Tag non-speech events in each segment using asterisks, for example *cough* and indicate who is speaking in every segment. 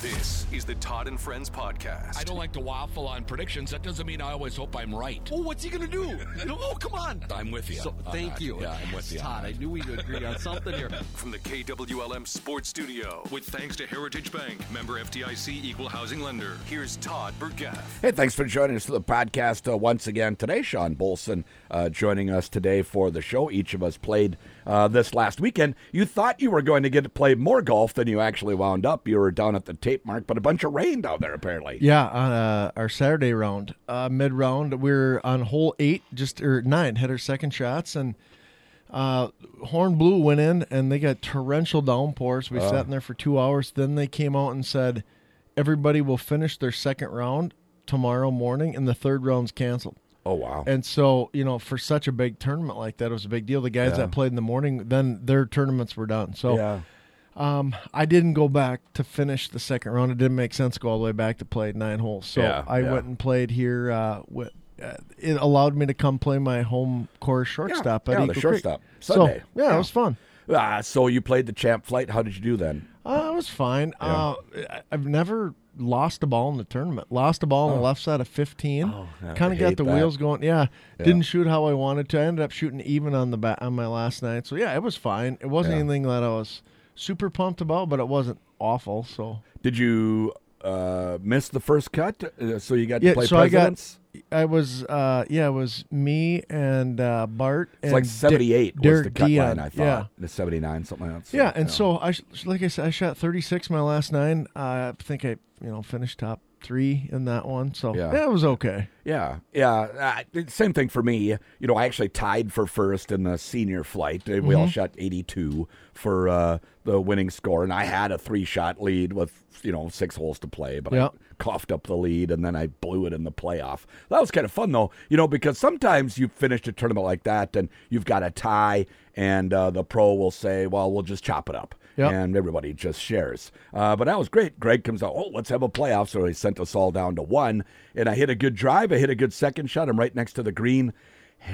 Speaker 1: This is the Todd and Friends podcast.
Speaker 2: I don't like to waffle on predictions. That doesn't mean I always hope I'm right.
Speaker 3: Oh, what's he going to do? *laughs* No, oh, come on.
Speaker 2: I'm with you.
Speaker 3: So,
Speaker 2: on
Speaker 3: thank
Speaker 2: that.
Speaker 3: you.
Speaker 2: Yeah, I'm with you. on
Speaker 3: Todd,
Speaker 2: that.
Speaker 3: I knew we'd agree on something here.
Speaker 1: From the KWLM Sports Studio, with thanks to Heritage Bank, member FDIC equal housing lender. Here's Todd Burgaff.
Speaker 4: Hey, thanks for joining us for the podcast uh, once again today. Sean Bolson uh, joining us today for the show. Each of us played uh, this last weekend. You thought you were going to get to play more golf than you actually wound up. You were down at the tape mark, but a bunch of rain down there apparently.
Speaker 5: Yeah, on uh, our Saturday round, uh, mid round, we are on hole eight, just or nine, had our second shots, and uh, Horn Blue went in, and they got torrential downpours. We sat in there for two hours. Then they came out and said, everybody will finish their second round tomorrow morning, and the third round's canceled.
Speaker 4: Oh wow.
Speaker 5: And so, you know, for such a big tournament like that, it was a big deal. The guys that played in the morning, then their tournaments were done. So,
Speaker 4: yeah.
Speaker 5: I didn't go back to finish the second round. It didn't make sense to go all the way back to play nine holes. So
Speaker 4: Yeah,
Speaker 5: I
Speaker 4: yeah.
Speaker 5: went and played here. Uh, with, uh, it allowed me to come play my home course shortstop at
Speaker 4: yeah, the
Speaker 5: Eagle Creek.
Speaker 4: shortstop.
Speaker 5: So,
Speaker 4: Sunday.
Speaker 5: yeah,
Speaker 4: Yeah.
Speaker 5: it was fun.
Speaker 4: Ah, so you played the champ flight. How did you do then?
Speaker 5: Uh, it was fine. Uh, I- I've never lost a ball in the tournament. Lost a ball on the left side of 15.
Speaker 4: Oh. I
Speaker 5: kind of
Speaker 4: hate
Speaker 5: got the
Speaker 4: that.
Speaker 5: wheels going. Yeah, Didn't shoot how I wanted to. I ended up shooting even on the ba- on my last night. So yeah, it was fine. It wasn't anything that I was super pumped about, but it wasn't awful. So
Speaker 4: Did you uh, miss the first cut? Uh, so you got to play
Speaker 5: so
Speaker 4: presidents.
Speaker 5: I got, I was, uh, yeah, it was me and uh, Bart.
Speaker 4: it's
Speaker 5: and
Speaker 4: like
Speaker 5: Di-
Speaker 4: seventy eight was
Speaker 5: Derek
Speaker 4: the cut
Speaker 5: Dion.
Speaker 4: line. I thought
Speaker 5: Yeah,
Speaker 4: the seventy nine something like that. So,
Speaker 5: yeah, and so I, sh- like I said, I shot 36 my last nine. I think I, you know, finished top three in that one. So
Speaker 4: Yeah.
Speaker 5: that was okay.
Speaker 4: Yeah, yeah. Uh, same thing for me. You know, I actually tied for first in the senior flight. Uh, We all
Speaker 5: Mm-hmm.
Speaker 4: shot 82 for uh, the winning score, and I had a three-shot lead with you know six holes to play, but
Speaker 5: Yeah.
Speaker 4: I coughed up the lead, and then I blew it in the playoff. That was kind of fun though, you know, because sometimes you finish a tournament like that, and you've got a tie, and uh, the pro will say, "Well, we'll just chop it up."
Speaker 5: Yeah.
Speaker 4: And everybody just shares. Uh, but that was great. Greg comes out, oh, let's have a playoff. So he sent us all down to one. And I hit a good drive. I hit a good second shot. I'm right next to the green. *sighs*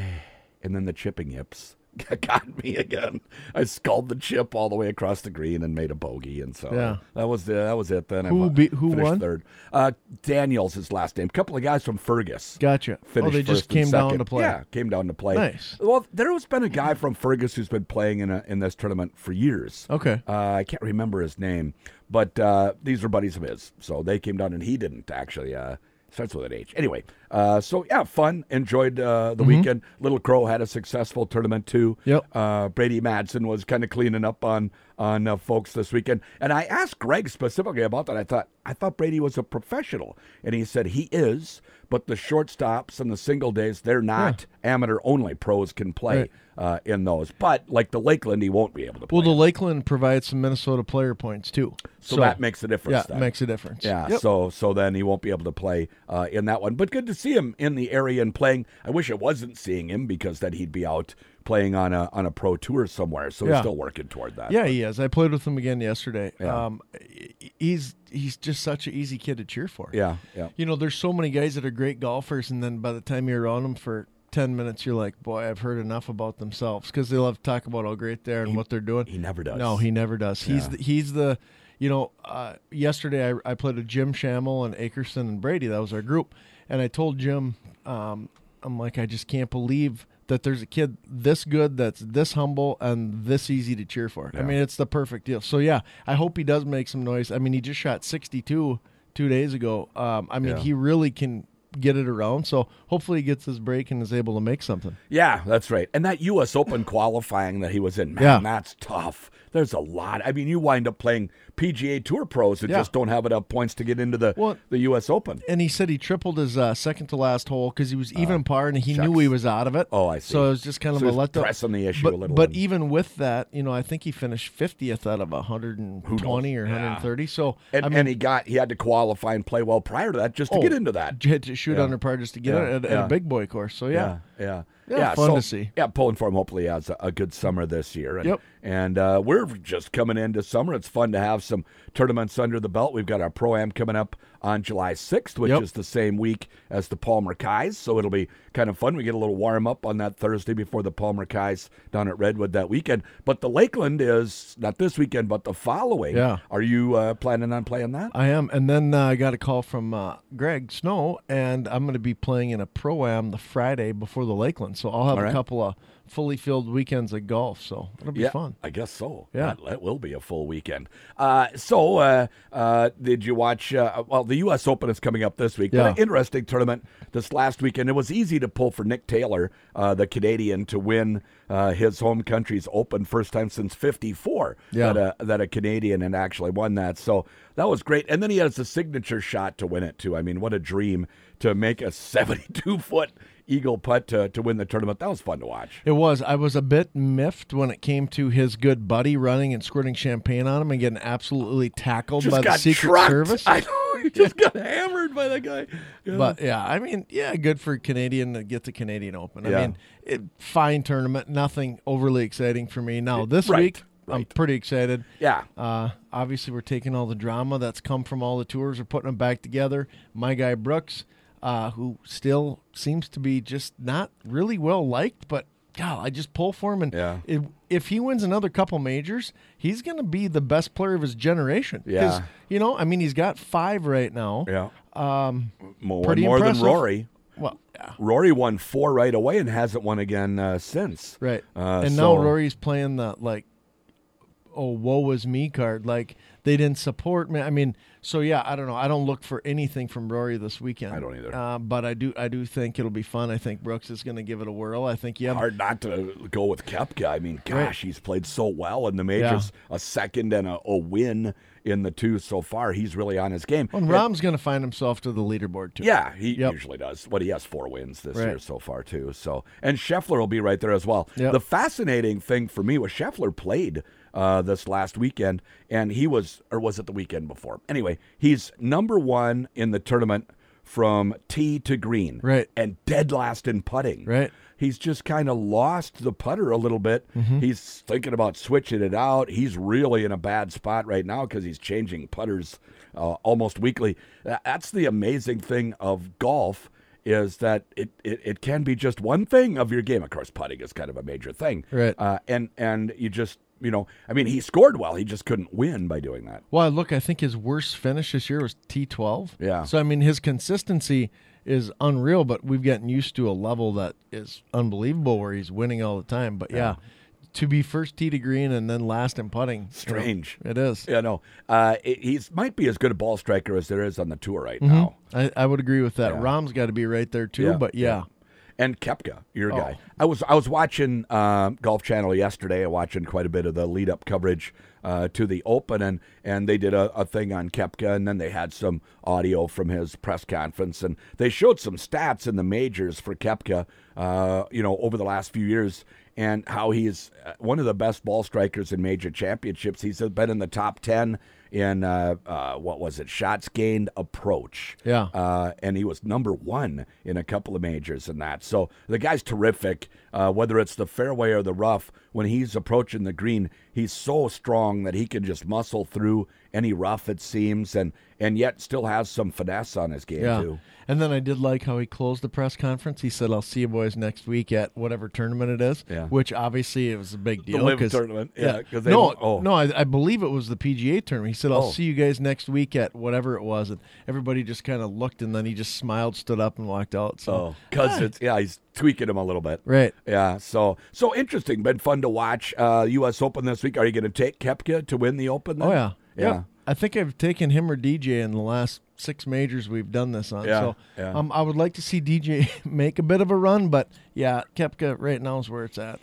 Speaker 4: And then the chipping hips *laughs* got me again. I sculled the chip all the way across the green and made a bogey. And so
Speaker 5: Yeah.
Speaker 4: that was the, that was it. Then I
Speaker 5: Who
Speaker 4: wa-
Speaker 5: beat- who
Speaker 4: finished
Speaker 5: won?
Speaker 4: third. Uh, Daniels his last name. A couple of guys from Fergus
Speaker 5: Gotcha.
Speaker 4: finished
Speaker 5: oh, they
Speaker 4: first and
Speaker 5: just came down
Speaker 4: second.
Speaker 5: to play.
Speaker 4: Yeah, came down to play.
Speaker 5: Nice.
Speaker 4: Well, there has been a guy from Fergus who's been playing in a, in this tournament for years.
Speaker 5: Okay.
Speaker 4: Uh, I can't remember his name, but uh, these are buddies of his, so they came down and he didn't actually. Uh, starts with an H. Anyway, uh, so yeah, fun. Enjoyed uh, the weekend. Little Crow had a successful tournament too.
Speaker 5: Mm-hmm. Yep.
Speaker 4: Uh, Brady Madsen was kind of cleaning up on on uh, folks this weekend, and I asked Greg specifically about that. I thought I thought Brady was a professional, and he said he is, but the shortstops and the single days they're not amateur only. Pros can play
Speaker 5: Right.
Speaker 4: uh, in those, but like the Lakeland, he won't be able to play.
Speaker 5: Well, the Lakeland provides some Minnesota player points too.
Speaker 4: So, that makes a difference.
Speaker 5: yeah,
Speaker 4: then.
Speaker 5: makes a difference.
Speaker 4: Yeah,
Speaker 5: Yep.
Speaker 4: so so then he won't be able to play uh, in that one. But good to see him in the area and playing. I wish I wasn't seeing him because then he'd be out playing on a on a pro tour somewhere. So he's
Speaker 5: Yeah.
Speaker 4: still working toward that.
Speaker 5: Yeah, he is. I played with him again yesterday. Um, he- he's he's just such an easy kid to cheer for.
Speaker 4: yeah, yeah.
Speaker 5: You know, there's so many guys that are great golfers, and then by the time you're on them for ten minutes, you're like, boy, I've heard enough about themselves because they love to talk about how great they are and what they're doing.
Speaker 4: he never does.
Speaker 5: No, he never does. He's the, he's the. You know, uh, yesterday I, I played with Jim Shamel and Akerson and Brady. That was our group, and I told Jim, um, I'm like, I just can't believe that there's a kid this good, that's this humble, and this easy to cheer for. I mean, it's the perfect deal. So yeah, I hope he does make some noise. I mean, he just shot 62 two days ago. Um, I mean, he really can get it around. So hopefully, he gets his break and is able to make something.
Speaker 4: Yeah, that's right. And that U.S.
Speaker 5: *clears throat*
Speaker 4: Open qualifying that he was in, man,
Speaker 5: Yeah.
Speaker 4: that's tough. There's a lot. I mean, you wind up playing PGA Tour pros that
Speaker 5: Yeah.
Speaker 4: just don't have enough points to get into the
Speaker 5: Well-
Speaker 4: the U.S. Open.
Speaker 5: and he said he tripled his uh, second to last hole because he was even par and he knew he was out of it.
Speaker 4: Oh, I see.
Speaker 5: So it was just kind of
Speaker 4: So
Speaker 5: a
Speaker 4: he's
Speaker 5: letdown.
Speaker 4: pressing the issue
Speaker 5: but,
Speaker 4: a little
Speaker 5: But
Speaker 4: and-
Speaker 5: even with that, you know, I think he finished fiftieth out of hundred and twenty or hundred and thirty. So
Speaker 4: And,
Speaker 5: I mean,
Speaker 4: and he got he had to qualify and play well prior to that just to
Speaker 5: oh,
Speaker 4: get into that.
Speaker 5: j- had to shoot
Speaker 4: Yeah.
Speaker 5: under par just to get
Speaker 4: Yeah,
Speaker 5: it at, at
Speaker 4: yeah.
Speaker 5: a big boy course. So yeah,
Speaker 4: yeah, yeah,
Speaker 5: Yeah, fun to see.
Speaker 4: Yeah, pulling for him. Hopefully, he has a, a good summer this year. And,
Speaker 5: Yep.
Speaker 4: And uh, we're just coming into summer. It's fun to have some tournaments under the belt. We've got our pro am coming up on July 6th, which
Speaker 5: Yep.
Speaker 4: is the same week as the Palmer Kais. So it'll be kind of fun. We get a little warm up on that Thursday before the Palmer Kais down at Redwood that weekend. But the Lakeland is not this weekend, but the following.
Speaker 5: Yeah.
Speaker 4: Are you uh, planning on playing that?
Speaker 5: I am. And then uh, I got a call from uh, Greg Snow, and I'm going to be playing in a pro am the Friday before the Lakeland. So I'll have
Speaker 4: All right.
Speaker 5: a couple of fully filled weekends of golf. So it'll be
Speaker 4: yeah,
Speaker 5: fun.
Speaker 4: I guess so.
Speaker 5: Yeah.
Speaker 4: that, that will be a full weekend. Uh, so, uh, uh, did you watch? Uh, well, the U.S. Open is coming up this week.
Speaker 5: Yeah.
Speaker 4: But an interesting tournament this last weekend. It was easy to pull for Nick Taylor, uh, the Canadian, to win uh, his home country's Open first time since '54
Speaker 5: Yeah.
Speaker 4: that a, that a Canadian had actually won that. So that was great. And then he has a signature shot to win it too. I mean, what a dream to make a *laughs* 72 foot eagle putt to, to win the tournament. That was fun to watch.
Speaker 5: It was. I was a bit miffed when it came to his good buddy running and squirting champagne on him and getting absolutely tackled
Speaker 4: just
Speaker 5: by
Speaker 4: got
Speaker 5: the Secret
Speaker 4: trucked.
Speaker 5: Service.
Speaker 4: I know
Speaker 5: *laughs*
Speaker 4: he just got hammered by the guy. Yeah.
Speaker 5: But yeah, I mean, yeah, good for Canadian to get the Canadian Open.
Speaker 4: Yeah.
Speaker 5: I mean, it, fine tournament, nothing overly exciting for me. Now this
Speaker 4: Right,
Speaker 5: week, I'm pretty excited.
Speaker 4: Yeah.
Speaker 5: Uh, obviously, we're taking all the drama that's come from all the tours, we're putting them back together. My guy Brooks, uh, who still seems to be just not really well liked, but God, I just pull for him. And
Speaker 4: Yeah.
Speaker 5: if, if he wins another couple majors, he's going to be the best player of his generation. 'Cause,
Speaker 4: Yeah.
Speaker 5: You know, I mean, he's got five right now.
Speaker 4: yeah, um, more
Speaker 5: pretty
Speaker 4: more than
Speaker 5: impressive.
Speaker 4: Rory.
Speaker 5: Well, yeah.
Speaker 4: Rory won four right away and hasn't won again uh, since.
Speaker 5: Right.
Speaker 4: Uh,
Speaker 5: and
Speaker 4: so-
Speaker 5: now Rory's playing the like oh woe is me card. Like they didn't support me. I mean, so yeah, I don't know. I don't look for anything from Rory this weekend.
Speaker 4: I don't either.
Speaker 5: Uh, but I do I do think it'll be fun. I think Brooks is gonna give it a whirl. I think you have
Speaker 4: Hard not to go with Kepka. I mean, gosh, he's played so well in the majors. A second and a, a win in the two so far. He's really on his game.
Speaker 5: and Rom's gonna find himself to the leaderboard too.
Speaker 4: Yeah, he
Speaker 5: Yep.
Speaker 4: usually does. But he has four wins this
Speaker 5: Right.
Speaker 4: year so far too. So and Scheffler will be right there as well.
Speaker 5: Yep.
Speaker 4: The fascinating thing for me was Scheffler played uh, this last weekend, and he was, or was it the weekend before? Anyway, he's number one in the tournament from tee to green,
Speaker 5: Right.
Speaker 4: and dead last in putting,
Speaker 5: Right.
Speaker 4: He's just kind of lost the putter a little bit. He's thinking about switching it out. He's really in a bad spot right now because he's changing putters uh, almost weekly. Tha- That's the amazing thing of golf is that it, it, it can be just one thing of your game. Of course, putting is kind of a major thing.
Speaker 5: Right.
Speaker 4: Uh, and, and you just, you know, I mean, he scored well. He just couldn't win by doing that.
Speaker 5: Well, look, I think his worst finish this year was T twelve.
Speaker 4: Yeah.
Speaker 5: So I mean his consistency is unreal, but we've gotten used to a level that is unbelievable where he's winning all the time. But yeah, to be first tee to green and then last in putting. you know,
Speaker 4: Strange.
Speaker 5: It is.
Speaker 4: You know, uh, it- he's might be as good a ball striker as there is on the tour right now.
Speaker 5: I, I would agree with that. Rom's got to be right there too, but yeah. Oh.
Speaker 4: And Kepka, your guy. I was I was watching uh, Golf Channel yesterday. I watching quite a bit of the lead up coverage uh, to the Open, and and they did a, a thing on Kepka, and then they had some audio from his press conference, and they showed some stats in the majors for Kepka, uh, you know, over the last few years, and how he's uh, one of the best ball strikers in major championships. He's been in the top ten in uh, uh, what was it shots gained approach
Speaker 5: Yeah.
Speaker 4: uh, and he was number one in a couple of majors and that. So the guy's terrific. Uh, whether it's the fairway or the rough, when he's approaching the green, he's so strong that he can just muscle through any rough it seems, and and yet still has some finesse on his game
Speaker 5: Yeah.
Speaker 4: too.
Speaker 5: And then I did like how he closed the press conference. He said, I'll see you boys next week at whatever tournament it is,
Speaker 4: Yeah.
Speaker 5: which obviously it was a big deal.
Speaker 4: LIV
Speaker 5: 'cause-
Speaker 4: tournament, yeah, 'cause they
Speaker 5: no,
Speaker 4: don't- oh.
Speaker 5: no I, I believe it was the PGA tournament. He said, I'll
Speaker 4: Oh.
Speaker 5: see you guys next week at whatever it was. And everybody just kind of looked, and then he just smiled, stood up, and walked out. So,
Speaker 4: Oh, because it's yeah, he's tweaking him a little bit.
Speaker 5: Right.
Speaker 4: Yeah. So so interesting. Been fun to watch. Uh, U.S. Open this week. Are you going to take Kepka to win the Open? Then?
Speaker 5: oh, yeah.
Speaker 4: Yeah.
Speaker 5: Yep. I think I've taken him or DJ in the last six majors we've done this on.
Speaker 4: Yeah,
Speaker 5: So
Speaker 4: yeah.
Speaker 5: Um, I would like to see DJ *laughs* make a bit of a run, but yeah, Kepka right now is where it's at.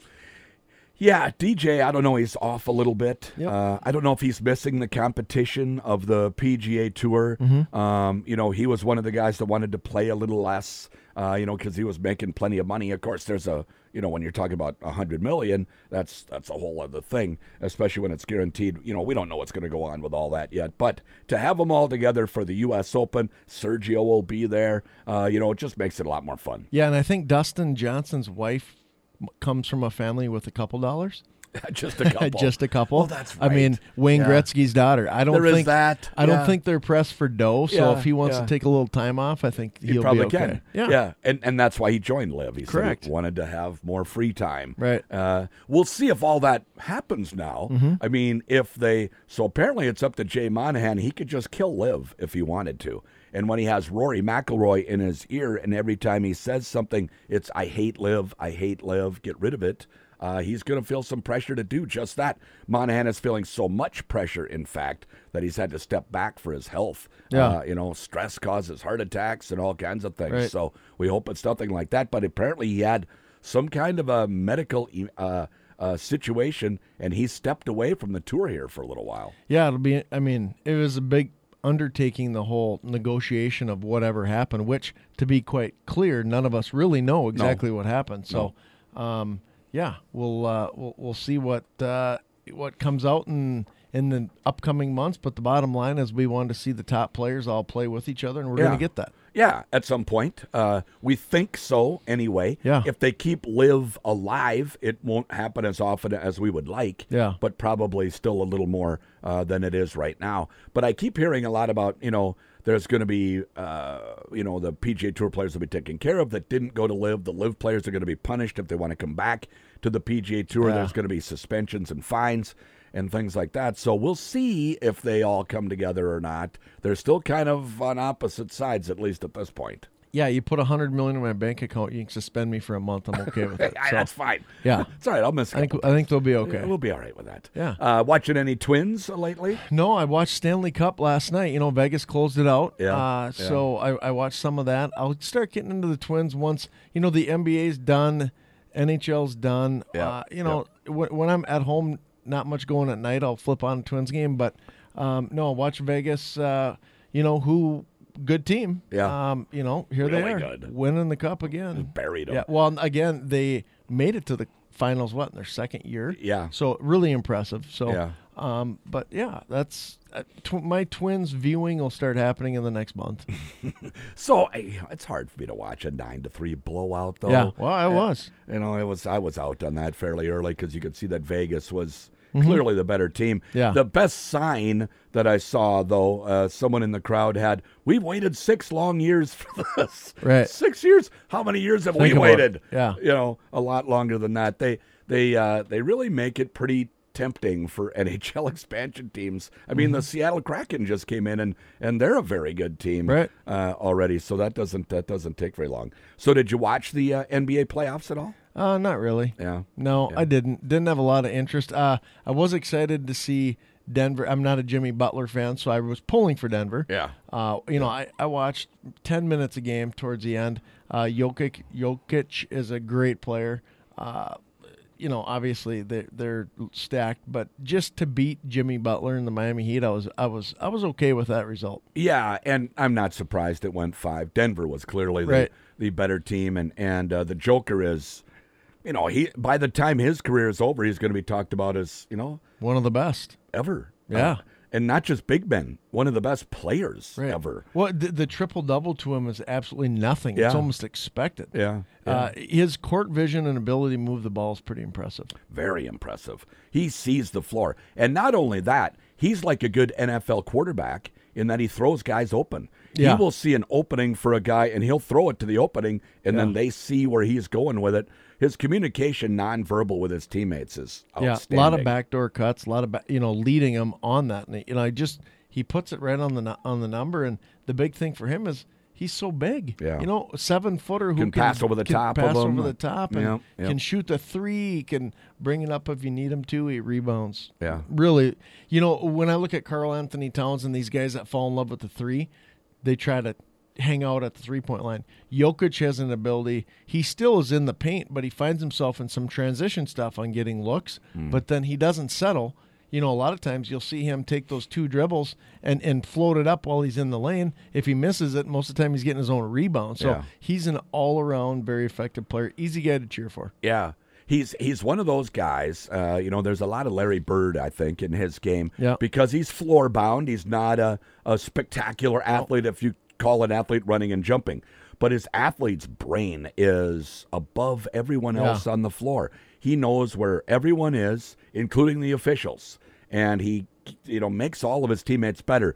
Speaker 4: Yeah, DJ, I don't know. He's off a little bit.
Speaker 5: Yep.
Speaker 4: Uh, I don't know if he's missing the competition of the PGA Tour.
Speaker 5: Mm-hmm.
Speaker 4: Um, you know, he was one of the guys that wanted to play a little less, uh, you know, because he was making plenty of money. Of course, there's a, you know, when you're talking about a 100 million, that's that's a whole other thing, especially when it's guaranteed. You know, we don't know what's going to go on with all that yet. But to have them all together for the U.S. Open, Sergio will be there. Uh, you know, it just makes it a lot more fun. *laughs*
Speaker 5: Yeah, and I think Dustin Johnson's wife m- comes from a family with a couple dollars. Uh,
Speaker 4: just
Speaker 5: *laughs*
Speaker 4: a couple.
Speaker 5: Just a couple.
Speaker 4: Well, that's
Speaker 5: I mean,
Speaker 4: right.
Speaker 5: Wayne
Speaker 4: Yeah.
Speaker 5: Gretzky's daughter. I don't
Speaker 4: There is
Speaker 5: think
Speaker 4: that.
Speaker 5: I don't
Speaker 4: Yeah.
Speaker 5: think they're pressed for dough. So
Speaker 4: Yeah,
Speaker 5: if he wants
Speaker 4: yeah.
Speaker 5: to take a little time off, I think
Speaker 4: He
Speaker 5: he'll
Speaker 4: probably
Speaker 5: be okay.
Speaker 4: can. yeah, and and that's why he joined Live. He said he
Speaker 5: Correct.
Speaker 4: wanted to have more free time.
Speaker 5: Right. Mm-hmm.
Speaker 4: Uh, we'll see if all that happens now. I mean, if they so apparently it's up to Jay Monahan. He could just kill Live if he wanted to. And when he has Rory McIlroy in his ear, and every time he says something, it's "I hate Live, I hate Live, get rid of it." Uh, he's going to feel some pressure to do just that. Monahan is feeling so much pressure, in fact, that he's had to step back for his health.
Speaker 5: Yeah.
Speaker 4: Uh, you know, stress causes heart attacks and all kinds of things.
Speaker 5: Right.
Speaker 4: So we hope it's nothing like that. But apparently, he had some kind of a medical e- uh, uh, situation, and he stepped away from the tour here for a little while.
Speaker 5: Yeah, it'll be. I mean, it was a big undertaking, the whole negotiation of whatever happened, which, to be quite clear, none of us really know exactly what happened. So, um, yeah, we'll, uh, we'll we'll see what uh, what comes out in in the upcoming months. But the bottom line is, we wanted to see the top players all play with each other, and we're
Speaker 4: Yeah.
Speaker 5: going to get that.
Speaker 4: Yeah, at some point. Uh, we think so anyway.
Speaker 5: Yeah.
Speaker 4: If they keep live alive, it won't happen as often as we would like.
Speaker 5: Yeah.
Speaker 4: But probably still a little more uh, than it is right now. But I keep hearing a lot about, you know, there's going to be, uh, you know, the PGA Tour players will be taken care of that didn't go to live. The live players are going to be punished if they want to come back to the PGA Tour.
Speaker 5: Yeah.
Speaker 4: There's going to be suspensions and fines and things like that. So we'll see if they all come together or not. They're still kind of on opposite sides, at least at this point.
Speaker 5: Yeah, you put a hundred million in my bank account, you can suspend me for a month. I'm okay with it.
Speaker 4: Ah,
Speaker 5: So,
Speaker 4: That's fine. *laughs*
Speaker 5: Yeah.
Speaker 4: It's all right. I'll miss a
Speaker 5: I think
Speaker 4: couple
Speaker 5: I think they'll be
Speaker 4: times.
Speaker 5: okay.
Speaker 4: We'll be all right with that.
Speaker 5: Yeah.
Speaker 4: Uh, watching any twins lately?
Speaker 5: No, I watched Stanley Cup last night. You know, Vegas closed it out.
Speaker 4: Yeah,
Speaker 5: Uh, So I, I watched some of that. I'll start getting into the Twins once, you know, the NBA's done, NHL's done.
Speaker 4: Yeah,
Speaker 5: Uh, you know, wh- when I'm at home, not much going at night, I'll flip on a Twins game. But um, no, watch Vegas, uh, you know, who, good team.
Speaker 4: Yeah.
Speaker 5: Um, you know, here they
Speaker 4: Really
Speaker 5: are.
Speaker 4: good.
Speaker 5: Winning the cup again.
Speaker 4: buried 'em.
Speaker 5: Yeah. Well, again, they made it to the finals, what, in their second year?
Speaker 4: Yeah.
Speaker 5: So really impressive. So.
Speaker 4: Yeah.
Speaker 5: Um, but yeah, that's uh, tw- my twins viewing will start happening in the next month.
Speaker 4: So I, it's hard for me to watch a nine to three blowout, though.
Speaker 5: Yeah, well, I was.
Speaker 4: You know, it was I was out on that fairly early because you could see that Vegas was clearly the better team.
Speaker 5: Mm-hmm. Yeah.
Speaker 4: The best sign that I saw, though, uh, someone in the crowd had, "We've waited six long years for this.
Speaker 5: Right.
Speaker 4: Six years. How many years have
Speaker 5: Think
Speaker 4: we
Speaker 5: about it.
Speaker 4: waited?
Speaker 5: Yeah.
Speaker 4: You know, a lot longer than that. They they uh, they really make it pretty." Tempting for *laughs* NHL expansion teams. I mean, the Seattle Kraken just came in, and and they're a very good team
Speaker 5: Right.
Speaker 4: uh, already, so that doesn't that doesn't take very long. So, did you watch the uh, NBA playoffs at all?
Speaker 5: Uh, not really.
Speaker 4: Yeah.
Speaker 5: No, I didn't. Didn't have a lot of interest. Uh, I was excited to see Denver. I'm not a Jimmy Butler fan, so I was pulling for Denver.
Speaker 4: Yeah.
Speaker 5: Uh, you know, I, I watched 10 minutes a game towards the end. Uh, Jokic, Jokic is a great player. Uh, you know, obviously they they're stacked, but just to beat Jimmy Butler in the Miami Heat, I was I was I was okay with that result.
Speaker 4: Yeah, and I'm not surprised it went five. Denver was clearly the,
Speaker 5: Right.
Speaker 4: the better team, and and uh, the Joker is, you know, he by the time his career is over, he's going to be talked about as you know
Speaker 5: One of the best.
Speaker 4: ever.
Speaker 5: Yeah.
Speaker 4: Uh, and not just big men, one of the best players
Speaker 5: Right.
Speaker 4: ever.
Speaker 5: Well, the, the triple double to him is absolutely nothing.
Speaker 4: Yeah.
Speaker 5: It's almost expected.
Speaker 4: Yeah,
Speaker 5: Uh, his court vision and ability to move the ball is pretty impressive.
Speaker 4: Very impressive. He sees the floor. And not only that, he's like a good NFL quarterback in that he throws guys open.
Speaker 5: Yeah.
Speaker 4: He will see an opening for a guy and he'll throw it to the opening and then they see where he's going with it. His communication nonverbal with his teammates is
Speaker 5: Yeah,
Speaker 4: outstanding.
Speaker 5: a lot of backdoor cuts, a lot of ba- you know leading him on that. And, you know, I just he puts it right on the nu- on the number. And the big thing for him is he's so big.
Speaker 4: Yeah.
Speaker 5: you know, seven footer who
Speaker 4: Can
Speaker 5: can,
Speaker 4: pass over the
Speaker 5: can
Speaker 4: top of
Speaker 5: pass
Speaker 4: him.
Speaker 5: over the top, and
Speaker 4: Yeah, yeah.
Speaker 5: can shoot the three, can bring it up if you need him to. He rebounds.
Speaker 4: Yeah.
Speaker 5: really. You know, when I look at Carl Anthony Towns and these guys that fall in love with the three, they try to hang out at the three point line. Jokic has an ability. He still is in the paint, but he finds himself in some transition stuff on getting looks,
Speaker 4: Hmm.
Speaker 5: but then he doesn't settle. You know, a lot of times you'll see him take those two dribbles and, and float it up while he's in the lane. If he misses it, most of the time he's getting his own rebound. So
Speaker 4: Yeah.
Speaker 5: he's an all around very effective player. Easy guy to cheer for.
Speaker 4: Yeah. He's he's one of those guys. Uh, you know, there's a lot of Larry Bird, I think, in his game.
Speaker 5: Yeah.
Speaker 4: Because he's floor bound. He's not a, a spectacular
Speaker 5: Oh.
Speaker 4: athlete if you call an athlete running and jumping. But his athlete's brain is above everyone else on the floor. He knows where everyone is, including the officials, and he, you know, makes all of his teammates better.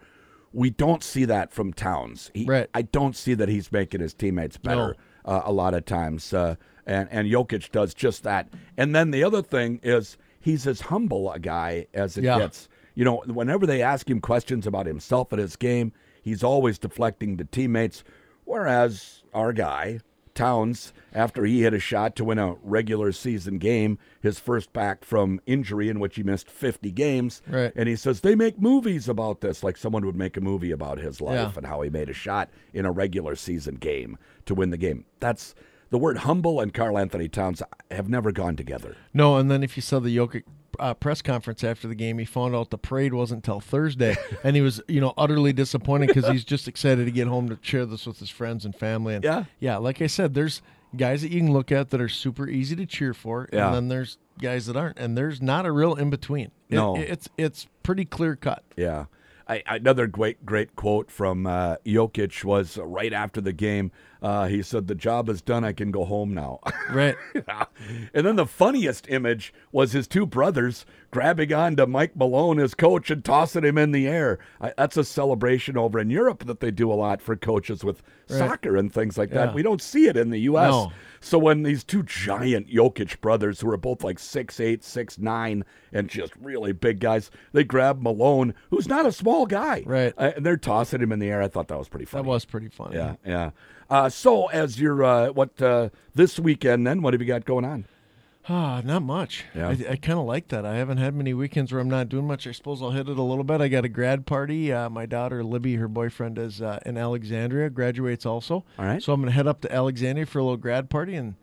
Speaker 4: We don't see that from Towns. He,
Speaker 5: Right.
Speaker 4: I don't see that he's making his teammates better uh, a lot of times, uh, and and Jokic does just that. And then the other thing is he's as humble a guy as it
Speaker 5: Yeah.
Speaker 4: gets. You know, whenever they ask him questions about himself and his game, he's always deflecting to teammates. Whereas our guy, Towns, after he hit a shot to win a regular season game, his first back from injury in which he missed 50 games,
Speaker 5: Right.
Speaker 4: and he says they make movies about this, like someone would make a movie about his life
Speaker 5: Yeah.
Speaker 4: and how he made a shot in a regular season game to win the game. That's the word humble and Carl Anthony Towns have never gone together.
Speaker 5: No, and then if you saw the Jokic uh, press conference after the game, he found out the parade wasn't till
Speaker 4: *laughs*
Speaker 5: Thursday, and he was, you know, utterly disappointed because he's just excited to get home to share this with his friends and family. And
Speaker 4: Yeah.
Speaker 5: yeah, like I said, there's guys that you can look at that are super easy to cheer for,
Speaker 4: Yeah.
Speaker 5: and then there's guys that aren't, and there's not a real in between.
Speaker 4: No.
Speaker 5: it's it's pretty clear cut.
Speaker 4: Yeah. I, another great, great quote from uh, Jokic was right after the game. Uh, he said, "The job is done. I can go home now." *laughs*
Speaker 5: Right.
Speaker 4: and then the funniest image was his two brothers grabbing onto Mike Malone, his coach, and tossing him in the air. I, that's a celebration over in Europe that they do a lot for coaches with soccer and things like that.
Speaker 5: Yeah.
Speaker 4: We don't see it in the U.S.
Speaker 5: No.
Speaker 4: So when these two giant Jokic brothers, who are both like six eight, six nine, and just really big guys, they grab Malone, who's not a small guy,
Speaker 5: Right.
Speaker 4: Uh, and they're tossing him in the air. I thought that was pretty funny.
Speaker 5: that was pretty funny.
Speaker 4: Yeah, yeah. Uh, so, as your uh, what uh, this weekend, then what have you got going on?
Speaker 5: Ah, not much.
Speaker 4: Yeah.
Speaker 5: I, I kind of like that. I haven't had many weekends where I'm not doing much. I suppose I'll hit it a little bit. I got a grad party. Uh, my daughter Libby, her boyfriend is uh, in Alexandria, graduates also.
Speaker 4: All right.
Speaker 5: So I'm gonna head up to Alexandria for a little grad party and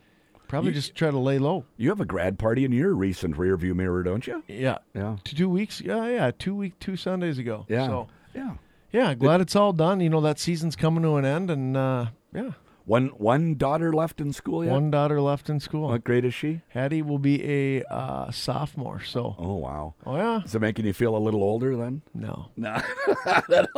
Speaker 5: probably just try to lay low.
Speaker 4: You have a grad party in your recent rearview mirror, don't you?
Speaker 5: Yeah.
Speaker 4: Yeah.
Speaker 5: T- Two weeks. Yeah, yeah. Two week, two Sundays ago.
Speaker 4: Yeah,
Speaker 5: So
Speaker 4: yeah.
Speaker 5: yeah, glad it's all done. You know that season's coming to an end, and uh, yeah,
Speaker 4: One one daughter left in school yet.
Speaker 5: one daughter left in school.
Speaker 4: What grade is she?
Speaker 5: Hattie will be a uh, sophomore. So.
Speaker 4: Oh wow.
Speaker 5: Oh yeah.
Speaker 4: Is it making you feel a little older then?
Speaker 5: No.
Speaker 4: No, *laughs* that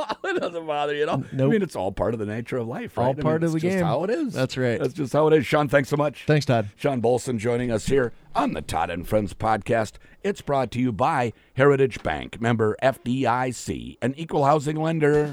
Speaker 4: doesn't bother you at all. I
Speaker 5: Nope.
Speaker 4: mean, it's all part of the nature of life, right?
Speaker 5: All
Speaker 4: I mean,
Speaker 5: part of
Speaker 4: it's
Speaker 5: the
Speaker 4: just
Speaker 5: game.
Speaker 4: how it is.
Speaker 5: That's right.
Speaker 4: That's just how it is. Sean, thanks so much.
Speaker 5: Thanks, Todd.
Speaker 4: Sean Bolson joining us here on the Todd and Friends podcast. It's brought to you by Heritage Bank, member FDIC, an equal housing lender.